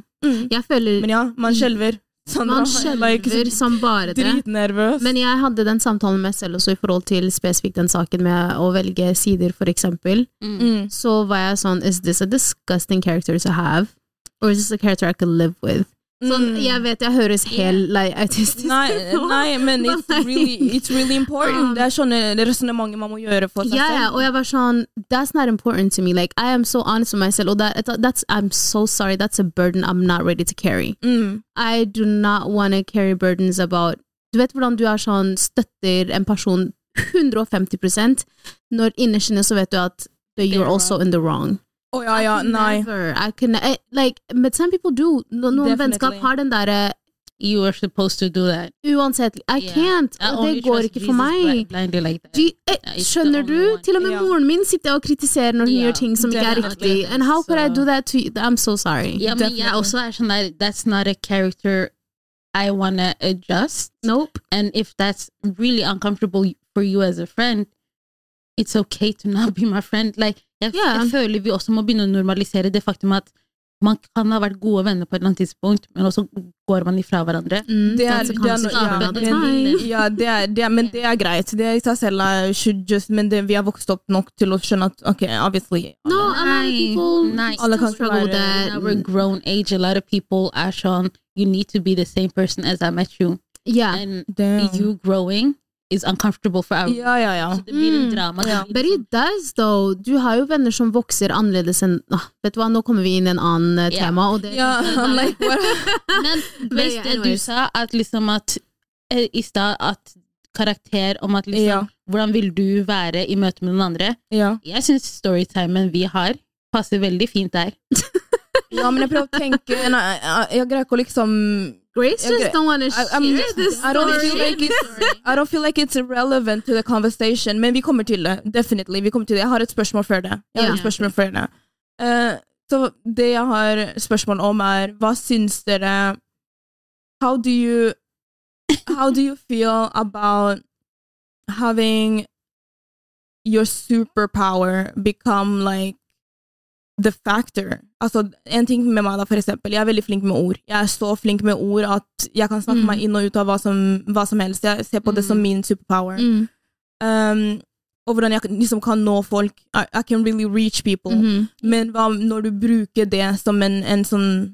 Jeg føler Men ja, man skjelver. Sånn, Sandra, Mm. man like, skjelver som bare det. Dritnervøs. Men jeg hadde den samtalen med meg selv også i forhold til spesifikt den saken med å velge sider, for eksempel. mm. Så var jeg sånn Is this a disgusting character to have? Or is this a character I can live with? Sånn, Mm. jeg vet jeg høres helt like, autistisk Nei, nei, men it's Nei. Ah. really, it's really important. Det er sånne resonnementer man må gjøre for seg Ja, ja, selv. og jeg var sånn That's not important to me. Like, I am so honest with myself. Og that, that's, I'm so sorry. That's a burden I'm not ready to carry. Mm. I do not want to carry burdens about Du vet hvordan du er sånn støtter en person 150 når innerst inne så vet du at you're They're also in the wrong. Å ja, ja, nei. Never. I can, I, like, but some people do. No, noen Definitely. vennskap har den derre You are supposed to do that. Uansett, I Yeah. can't. I Og only det går trust ikke Jesus for meg. bli- blindly like that. Gee, eh, Yeah, it's the skjønner only du? one. Til og med Ja. moren min sitter jeg og kritiserer når hun Ja, gjør ting som ikke er definitely. riktig. And how could I Så- do that to you? I'm so sorry. Ja, men jeg Definitely. også er sånn der That's not a character I wanna adjust. Nope. And if that's really uncomfortable for you as a friend, it's okay to not be my friend. Like, jeg, Yeah. jeg føler vi også må begynne å normalisere det faktum at man kan ha vært gode venner på et eller annet tidspunkt, men også går man ifra hverandre. Mm, Det er, that's a det er, no- concept for ja, another det, time. ja det er, det er, men det er greit. Det i seg selv er should just Men det, vi har vokst opp nok til å skjønne at ok, obviously No, a lot of people Nei. still Alle kan ikke struggle with være- that. Mm. Now we're grown age, a lot of people are shown you need to be the same person as I met you. Yeah. And Damn. you growing is uncomfortable for our Ja, ja, ja. Så det blir en Mm. drama. Ja. Det blir But it does, though. Du har jo venner som vokser annerledes enn ah, Vet du hva, nå kommer vi inn i en annen eh, Ja. tema, og det Ja, I'm like, what? Men Grace, yeah, det du anyways. sa at liksom at eh, i stad at karakter om at liksom Ja. Hvordan vil du være i møte med den andre? Ja. Jeg syns storytimen vi har, passer veldig fint der. ja, men jeg prøver å tenke nei, Jeg, jeg greier ikke å liksom Grace just Okay. don't want to I- I'm share just- this I don't feel story. like it's I don't feel like it's relevant to the conversation, men vi kommer til det. Definitely. Vi kommer til det. Jeg har et spørsmål før det. Jeg Ja. har et spørsmål før det. Eh, så det jeg har spørsmål om, er hva syns dere How do you How do you feel about having your superpower become like the factor. Altså, en ting med meg da, for eksempel, jeg er veldig flink med ord. Jeg er så flink med ord at jeg kan snakke Mm. meg inn og ut av hva som, hva som helst. Jeg ser på det som min superpower. Mm, Um, og hvordan jeg kan- liksom kan nå folk. I, I can really reach people. mhm. Men hva om når du bruker det som en, en sånn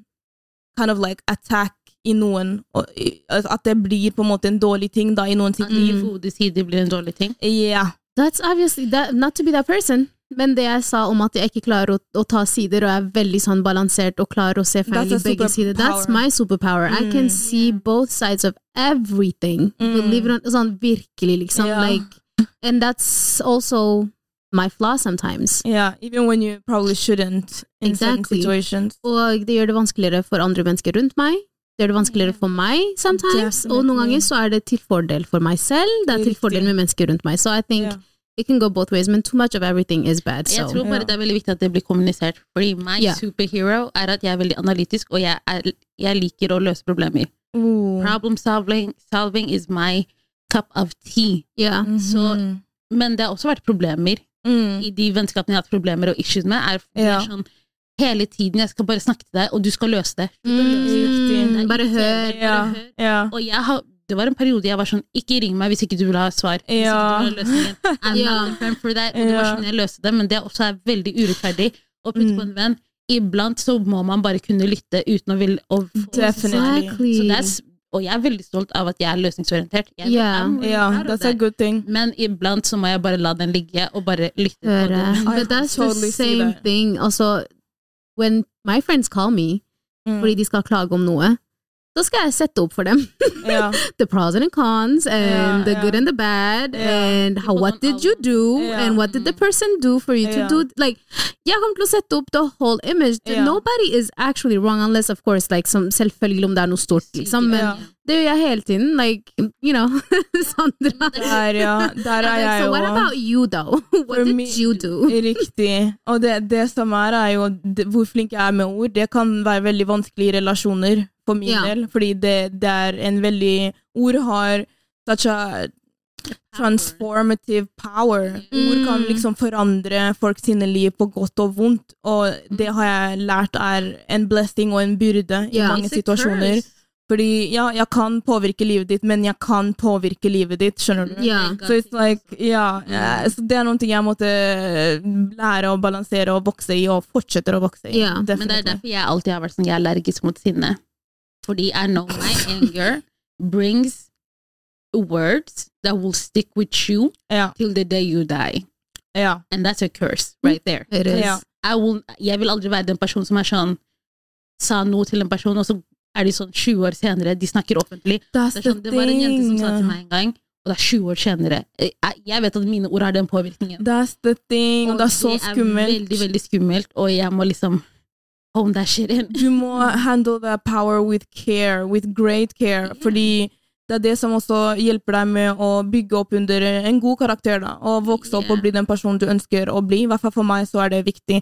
kind of like attack i noen, og, i- altså at det blir på en måte en dårlig ting da, i noen sitt At liv. mm. gode sider blir en dårlig ting. Ja. That's obviously that, not to be that person. Men det jeg sa om at jeg ikke klarer å, å ta sider og er veldig sånn balansert og klarer å se feil i That's a begge sider, that's superpower. my superpower. I can Mm. see both sides of everything. Believe it or not, sånn virkelig, liksom. Ja. Like, and that's also my flaw sometimes. Yeah, even when you probably shouldn't in certain Exactly. situations. Og det gjør det vanskeligere for andre mennesker rundt meg. Det gjør det vanskeligere for meg sometimes. Og noen Mm. Definitely. ganger så er det til fordel for meg selv. Det er til Riktig. fordel med mennesker rundt meg. Så I think Ja. it can go both ways, men too much of everything is bad. Jeg So. tror Ja. bare det er veldig viktig at det blir kommunisert. Fordi my Ja. superhero er at jeg er veldig analytisk, og jeg, er, jeg liker å løse problemer. Mm. Ooh. Problem solving, solving is my cup of tea. Yeah. Mm-hmm. Så- Men det har også vært problemer. Mm. i de vennskapene jeg har hatt problemer og issues med, er Ja. mer sånn hele tiden jeg skal bare snakke til deg, og du skal løse det. Mm, Riktig. bare hør. Bare Ja. hør. ja. Og jeg har Det var en periode jeg var sånn Ikke ring meg hvis ikke du vil ha svar. Hvis ikke Ja. du vil ha løsningen. I'm Ja. not a friend for that. Og det var Ja. sånn jeg løste det, men det også er veldig urettferdig å putte Mm. på en venn. Iblant så må man bare kunne lytte uten å ville å få Definitely. Så Exactly. that's, og jeg er veldig stolt av at jeg er løsningsorientert. Jeg, Yeah. I'm really Yeah, proud of that's a that. good thing. Men iblant så må jeg bare la den ligge og bare lytte. på Høre. den. uh, But that's totally the see same that. thing. Altså, when my friends call me Mm. fordi de skal klage om noe, så skal jeg sette opp for dem. Ja. The pros and cons, and Ja, the ja. good and the bad, Ja. and how, People what don't did you do, Ja. and what did the person do for you Ja. to do? Like, jeg kommer til å sette opp the whole image. Ja. Nobody is actually wrong, unless of course, like, som, selvfølgelig om det er noe stort, liksom. Men Ja. det gjør jeg hele tiden. Like, you know, Sandra. Der, ja. Der er Like, jeg so what jo. about you, though? What For did me- you do? Riktig. Og det, det som er, er jo det, hvor flink jeg er med ord. Det kan være veldig vanskelig i relasjoner for min Ja. del, fordi det, det er en veldig Ord har such a transformative power. Ord kan Mm. liksom forandre folk sine liv på godt og vondt, og det har jeg lært er en blessing og en byrde i Mm. Ja. mange situasjoner. Fordi ja, jeg kan påvirke livet ditt, men jeg kan påvirke livet ditt, skjønner du? Ja. Så it's like, ja, eh, så det er noen ting jeg måtte eh, lære å balansere og vokse i, og fortsetter å vokse i. Ja, men Men det er definitivt. derfor jeg alltid har vært sånn, jeg er allergisk mot sinne. Fordi I know my anger brings words that will stick with you Ja, till the day you die. ja, And that's a curse right there. It is. ja. I will, jeg vil aldri være den personen som er sånn, sa noe til en person, og så er de sånn 20 år senere, de snakker offentlig. Det, er sånn, det var en jente som sa til meg en gang, og det er 20 år senere. Jeg, jeg vet at mine ord har den påvirkningen. That's the thing, og det er så skummelt. veldig, veldig skummelt, og jeg må liksom hone that shit in. Du må handle the power with care, with great care, fordi det er det som også hjelper deg med å bygge opp under en god karakter, da, og vokse opp Yeah. og bli den personen du ønsker å bli. I hvert fall for meg så er det viktig.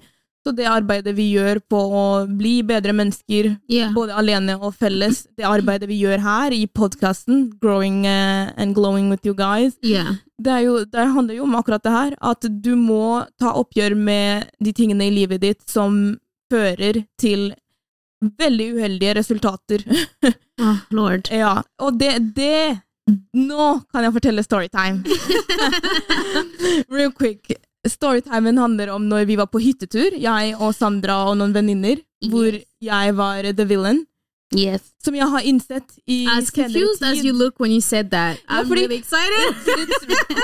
Så det arbeidet vi gjør på å bli bedre mennesker, Yeah. både alene og felles, det arbeidet vi gjør her i podkasten, Growing eh, and Glowing with you guys, Yeah. det, er jo, det handler jo om akkurat det her, at du må ta oppgjør med de tingene i livet ditt som fører til veldig uheldige resultater. Oh, Lord. ja, og det, det Nå kan jeg fortelle storytime. Real quick. Storytimen handler om når vi var på hyttetur, jeg og Sandra og noen venninner, hvor Yes. jeg var the villain. Yes. Som jeg har innsett i As senere confused as you tid. look when you said that, Ja, I'm fordi- really excited.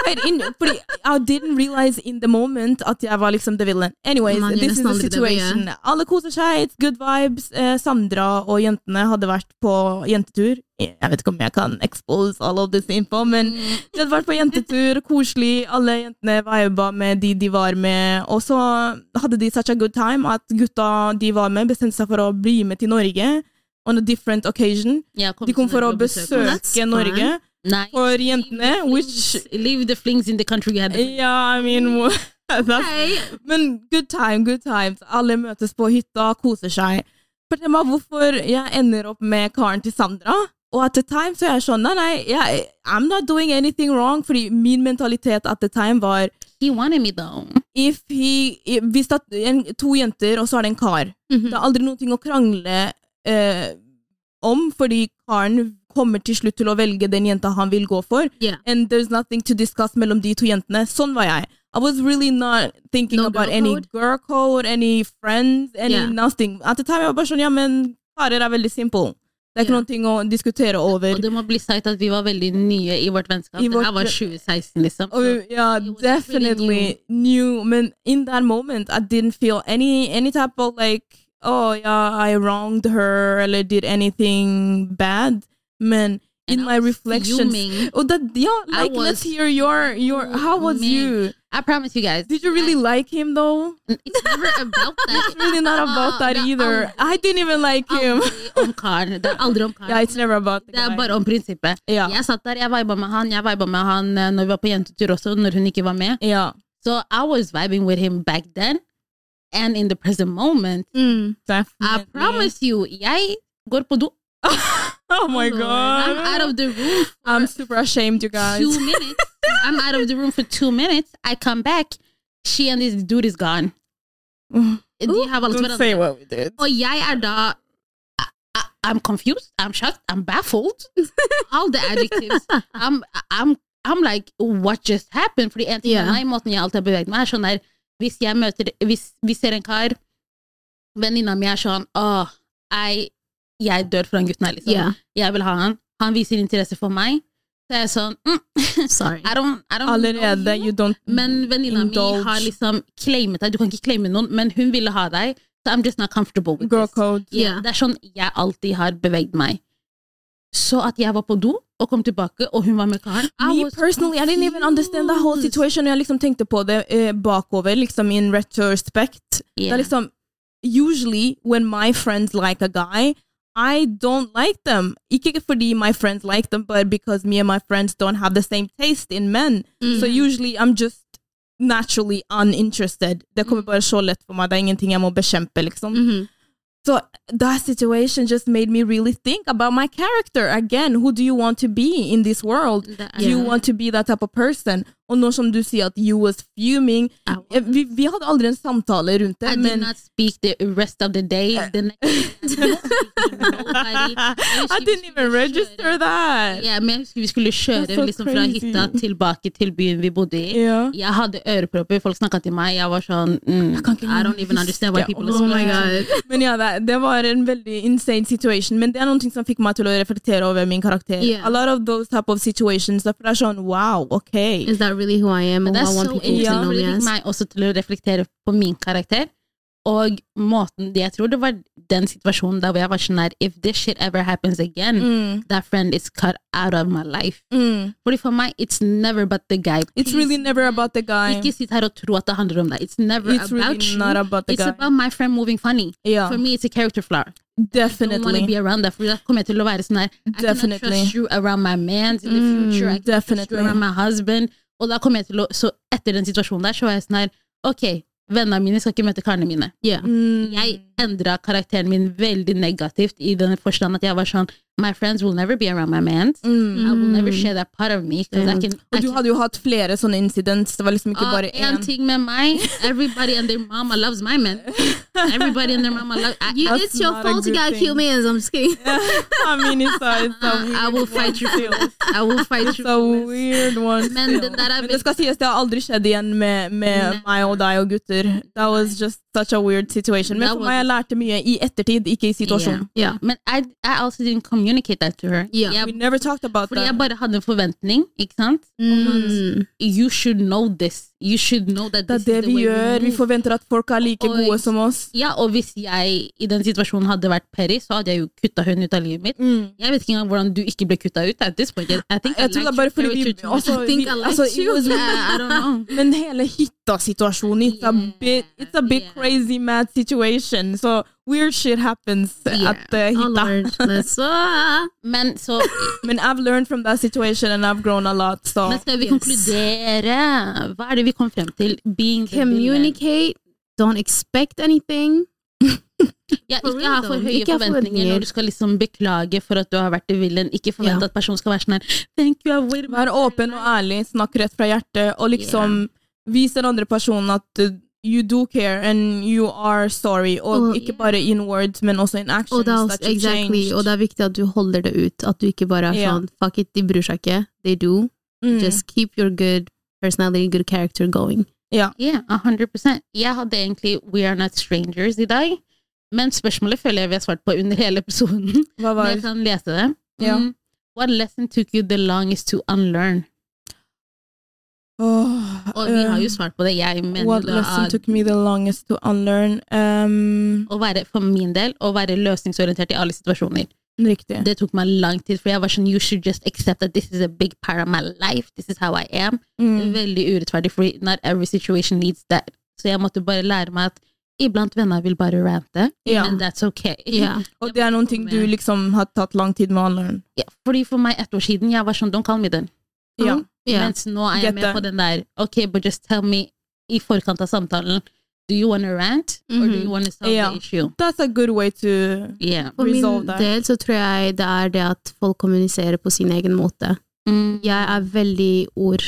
Right in, fordi I didn't realize in the moment at jeg var liksom the villain. Anyways, Man gjør this is nesten the aldri det, men ja. situation. Alle koser seg, it's good vibes. Eh, Sandra og jentene hadde vært på jentetur. Jeg vet ikke om jeg kan expose all of this info, men de hadde vært på jentetur, koselig. Alle jentene viba med de de var med. Og så hadde de such a good time at gutta de var med, bestemte seg for å bli med til Norge. On a different occasion. Jeg kommer De kom til for å Norge og besøker oss. That's besøke fun. Norge. Nei. For jentene, which Leave the flings in the country you had. the- Ja, I mean that's, Hey. Men good time, good times. Alle møtes på hytta, koser seg. Fortell meg hvorfor jeg ender opp med karen til Sandra. Og at the time så er jeg sånn Nei, nei, jeg, I'm not doing anything wrong. Fordi min mentalitet at the time var He wanted me though. if he, i- Hvis det er en, to jenter, og så er det en kar. Mhm. Det er aldri noe å krangle eh, om, fordi karen kommer til slutt til å velge den jenta han vil gå for. Yeah. And there's nothing to discuss mellom de to jentene. Sånn var jeg. I was really not thinking No about girl any code? girl code, any friends, any Yeah. nothing. At the time jeg var bare sånn, ja, men karer er veldig simple. Det er ikke Yeah. noen ting å diskutere over. Og det må bli sagt at vi var veldig nye i vårt I vennskap. Det vårt- her var 2016, liksom. Oh, Så yeah, it was definitely new. Man, in that moment, I didn't feel any any type of like, oh yeah, I wronged her or did anything bad. Man, in And I my was reflections, fuming. oh that yeah, I like let's was hear your your how was fuming. you? I promise you guys. Did you really like him though? It's never about that. It's really not about that det er either. I didn't even like him. Aldri om karen. Det er aldri om karen. Yeah, it's never about the det er guy. bare om prinsippet. Ja. Jeg satt der, jeg viba med han, jeg viba med han eh, når vi var på jentetur også, når hun ikke var med. yeah, Så I was vibing with him back then, and in the present moment. Mm. I definitely. promise you, jeg går på do. Oh my Lord, god, I'm out of the room I'm super ashamed, you guys. two minutes. I'm out of the room for two minutes. I come back. She and this dude is gone. De har valgt Don't hverandre. say what we did. Og jeg er da I'm confused. I'm shocked. I'm baffled. All the adjectives. I'm I'm I'm like, what just happened? Fordi en ting Ja. med meg, måten jeg alltid har beveget meg, er sånn der Hvis jeg møter Hvis vi ser en kar, venninna mi er sånn Åh, jeg, jeg dør for den gutten her, liksom. Yeah, Jeg vil ha han. Han viser interesse for meg. Så jeg er sånn mm, sorry. I don't, I don't know Allerede, you. you don't Men venninna mi Indulge. har liksom claimet deg. Du kan ikke claime noen, men hun ville ha deg. Så I'm just not comfortable with Girl this. code. Yeah. Det er sånn jeg alltid har beveget meg. Så at jeg var på do og kom tilbake, og hun var med karen I Me was personally, I didn't even understand the whole confused. situation. Jeg liksom tenkte på det eh, bakover, liksom in retrospect. Det Yeah. er liksom Usually when my friends like a guy, I don't like them. Ikke fordi my friends like them, but because me and my friends don't have the same taste in men. So Mm-hmm. usually I'm just naturally uninterested. Det Mm. kommer bare så lett for meg. Det er ingenting jeg må bekjempe, liksom. Mm-hmm. Mhm. So that situation just made me really think about my character again. Who do you want to be in this world? Det er- Do you want to be that type of person? Og når som du sier at you was fuming I was- eh, Vi, vi hadde aldri en samtale rundt det, I did men Eh. not speak the rest of the day. The next day, I did not speak to nobody. Jeg I husker vi didn't even skulle register kjøre- that. Ja, men jeg husker vi skulle That's so kjøre liksom, fra crazy. hytta tilbake til byen vi bodde i. Yeah. Jeg hadde ørepropper, folk snakka til meg. Jeg var sånn mm, kan ikke I don't even understand why huske people all are Oh my speaking. god. Men ja, det, det var en veldig insane situation. Men det er noen ting som fikk meg til å reflektere over min karakter. Yeah. A lot of those type of situations. Derfor er det sånn wow, ok. Is that really who I am? Men And det who Oh, er I want så people enkelt, to know for me det fikk as? meg også til å reflektere på min karakter. Og måten Jeg tror det var den situasjonen der hvor jeg var sånn her If this shit ever happens again, Mm, that friend is cut out of my life. mm. Fordi for meg, it's never but the guy. It's really never about the guy. Ikke sitt her og tro at det handler om deg. It's never It's about really you. not about the it's guy. about my friend moving funny. Yeah. For me, it's a character flaw. I don't want to Definitely. be around that, for da kommer jeg til å være sånn her I cannot Definitely. trust you around my mans in the Mm, future. I cannot trust you definitely. around my husband. Og da kommer jeg til å, så etter den situasjonen der, så var jeg sånn her Ok, vennene mine skal ikke møte karene mine. Yeah. Mm. Jeg endra karakteren min veldig negativt i den forstand at jeg var sånn My friends will never be around my mans. Mm. I will never share that part of me. 'cause I can, I Og du can hadde jo hatt flere sånne incidents. Det var liksom ikke Ah, bare en én. ting med meg. Everybody and their mama loves my man. Everybody and their mama loves I, You, I, it's That's your not a fault you good gotta kill me thing. as I'm just kidding. I mean, it's a, it's a I will fight you. I will fight you. It's a weird one. Men still. den der er Men det vel- skal sies, det har aldri skjedd igjen med, med Never. meg og deg og gutter. That was just such a weird situation. Men That for was- meg, jeg lærte mye i ettertid, ikke i situasjonen. Yeah. Men I, I also didn't communicate that to her. Yeah. Jeg, We never talked about fordi jeg that. bare hadde en forventning, ikke sant? Mm. You should know this. You should know that Det this er det is the vi way gjør. Vi move. forventer at folk er like Og- gode som oss. Ja, og hvis jeg i den situasjonen hadde vært Perry, så hadde jeg jo kutta hun ut av livet mitt. Mm. Jeg vet ikke engang hvordan du ikke ble kutta ut. At this point. I, I think I Jeg tror det er liked bare your fordi vi character too much. også- I think vi- I liked altså, it you. was- Yeah, I don't know. Men hele hytta-situasjonen, it's a Yeah, bit, it's a bit yeah. crazy mad situation. So weird shit happens at the Oh, hytta. Lord. That's- ah. Men så Men I've learned from that situation and I've grown a lot. So Men skal vi Yes. konkludere? Hva er det vi kom frem til? Being the villain. Communicate. Don't expect anything. Ja, For ikke real ha though. for høye Ikke ha forventninger forventninger. når du skal liksom beklage for at du har vært i villen. Ikke forvente Ja. at personen skal være sånn her Thank you, I will vær åpen og ærlig, snakk rett fra hjertet, og liksom vis den andre personen at uh, you do care and you are sorry. Og Og- ikke bare in words, men også in actions. Og det, er også, that you've exactly, changed. og det er viktig at du holder det ut. At du ikke bare er Ja. sånn Fuck it, de bryr seg ikke. They do. Mm. Just keep your good personality, good character going. Ja. Ja, 100 Jeg hadde egentlig We are not strangers i dag. Men spørsmålet føler jeg vi har svart på under hele episoden. Hva Men jeg var kan lese det. Ja. Mm. What lesson took you the longest to unlearn? Åh, Og vi har jo um, svart på det. Jeg mener What da lesson at- took me the longest to unlearn? Um, å være, for min del, å være løsningsorientert i alle situasjoner. riktig. Det tok meg lang tid, for jeg var sånn You should just accept that this is a big part of my life. This is how I am. Mm. Veldig urettferdig, for not every situation needs that. Så jeg måtte bare lære meg at iblant venner vil bare rante, Ja. and that's okay. Yeah. Og det er noen ting du Men- liksom har tatt lang tid med å unlearn. Ja, fordi for meg ett år siden, jeg var sånn Don't call me den. Ja. Yeah. Mens nå er jeg Get med that. på den der Ok, but just tell me i forkant av samtalen Do you wanna rant, or do Mhm. you wanna solve Ja. the issue? That's a good way to Yeah. For Resolve min that. del så tror jeg det er det at folk kommuniserer på sin egen måte. Mm. Jeg er veldig ord.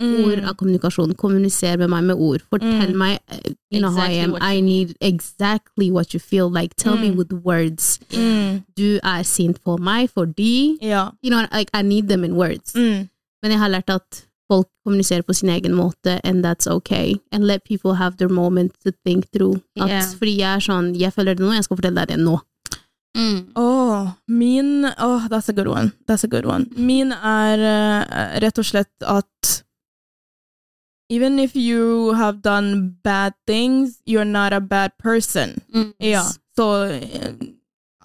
ord av kommunikasjon. Kommuniser med meg med ord. Fortell Mm. meg eh, you know how I Exactly am. what you I need exactly what you feel like. Tell me Mm. with words. Mm. Du er sint på meg fordi Ja. you know, like, I need them in words. Mm. Men jeg har lært at folk kommuniserer på sin egen måte, and that's okay. And let people have their moment to think through. At, Yeah. Fordi jeg er sånn, jeg føler det nå, jeg skal fortelle deg det nå. Mm. Åh, min Åh, that's a good one. That's a good one. Min er eh, rett og slett at Even if you have done bad things, you're not a bad person. Mm. Ja, så eh,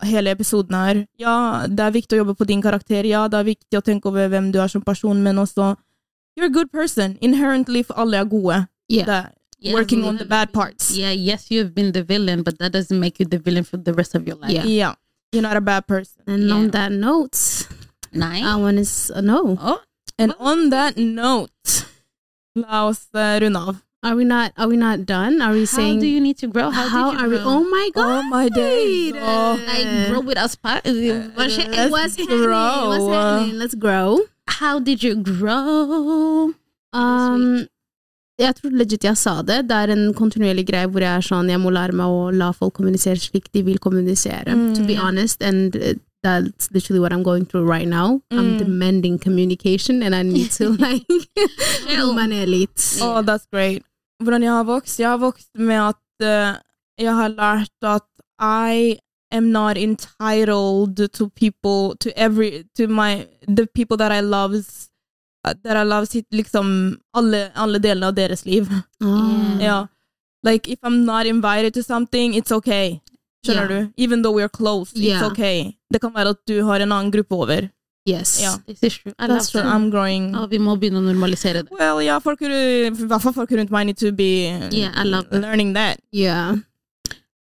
hele episoden her Ja, det er viktig å jobbe på din karakter. Ja, det er viktig å tenke over hvem du er som person, men også You're a good person. Inherently, for alle er gode. Yeah. Det er Yes, working you on the have- bad parts. Yeah, yes, you've been the villain, but that doesn't make you the villain for the rest of your life. Yeah. Ja. You're not a bad person. And on Yeah. that note, Nei. Um, I want to know, Oh, And on that note La oss eh, runde av. are we not, are we not done? Are we how saying, do you need to grow? How, how, did you are we, grow? oh my god. Oh my days. Oh. Mm. like grow without spot? Uh. Hva skjer? Let's What's happening? What's grow. happening? Let's grow. How did you grow? Um, jeg tror legit jeg sa det. Det er en kontinuerlig greie hvor jeg er sånn, jeg må lære meg å la folk kommunisere slik de vil kommunisere. Mm. to be honest, and uh, that's literally what I'm going through right now. I'm Mm. demanding communication, and I need to like do my elite. Oh, that's great. Hvordan jeg har vokst? Jeg har vokst med at eh, jeg har lært at I am not entitled to people, to every, to my, the people that I loves, uh, that I love sitt, liksom, alle, alle delene av deres liv. Ah. Ja. Like, if I'm not invited to something, it's okay. Skjønner Ja. du? Even though we're close, it's Ja. okay. Det kan være at du har en annen gruppe over. Yes. Oh. Ja. This is true. I That's So love that. I'm growing. Ja, vi må begynne å normalisere det. Well, ja, folk, i hvert fall folk rundt meg need to be Yeah, I love that. learning that. Yeah.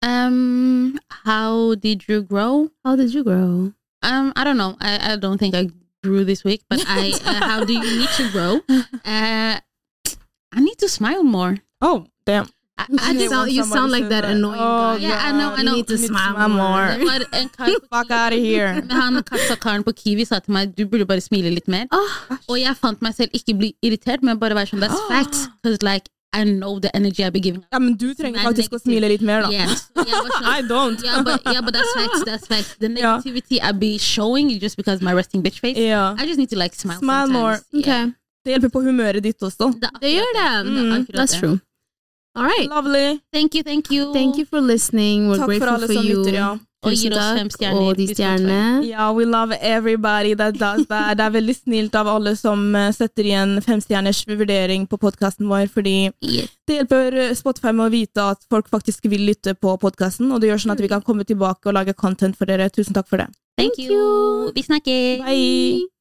Um, how did you grow? How did you grow? Um, I don't know. I, I don't think I grew this week, but I. Uh, how do you need to grow? Uh, I need to smile more. Oh, damn. I, I I just Okay, just sound, when you somebody sound like says that that, annoying oh, guy. yeah, I know, God, I You know. need to need to smile, smile more. more. Når en kar på Fuck Kiwi- out of here. eh, Han kassakaren på Kiwi sa til meg du burde bare smile litt mer. Ah, Og jeg fant meg selv ikke bli irritert, men bare være sånn that's facts. Because like, I know the energy I be giving. Ja, men du trenger Nei, faktisk å negativ. smile litt mer, da. Yeah. Så jeg var sånn, I don't. Yeah, but yeah, but that's facts. That's facts. The Yeah. negativity I be showing you just because my resting bitch face. Ja. I just need to like smile. Smile sometimes. more. Yeah. okay. Det hjelper på humøret ditt også. Det er They akkurat are them. Mm, Det er akkurat That's det. true. All right. Lovely. Thank you, thank you. Thank you for listening. We're Takk for grateful alle for, som you. lytter, ja. Og gir Tusen oss takk. fem stjerner Og de hvis du tar. stjernene. Ja, we love everybody that does that. Det er veldig snilt av alle som eh, setter igjen femstjerners vurdering på podkasten vår, fordi Yes. det hjelper eh, Spotify med å vite at folk faktisk vil lytte på podkasten, og det gjør sånn at vi kan komme tilbake og lage content for dere. Tusen takk for det. Thank you. Vi snakkes. Bye!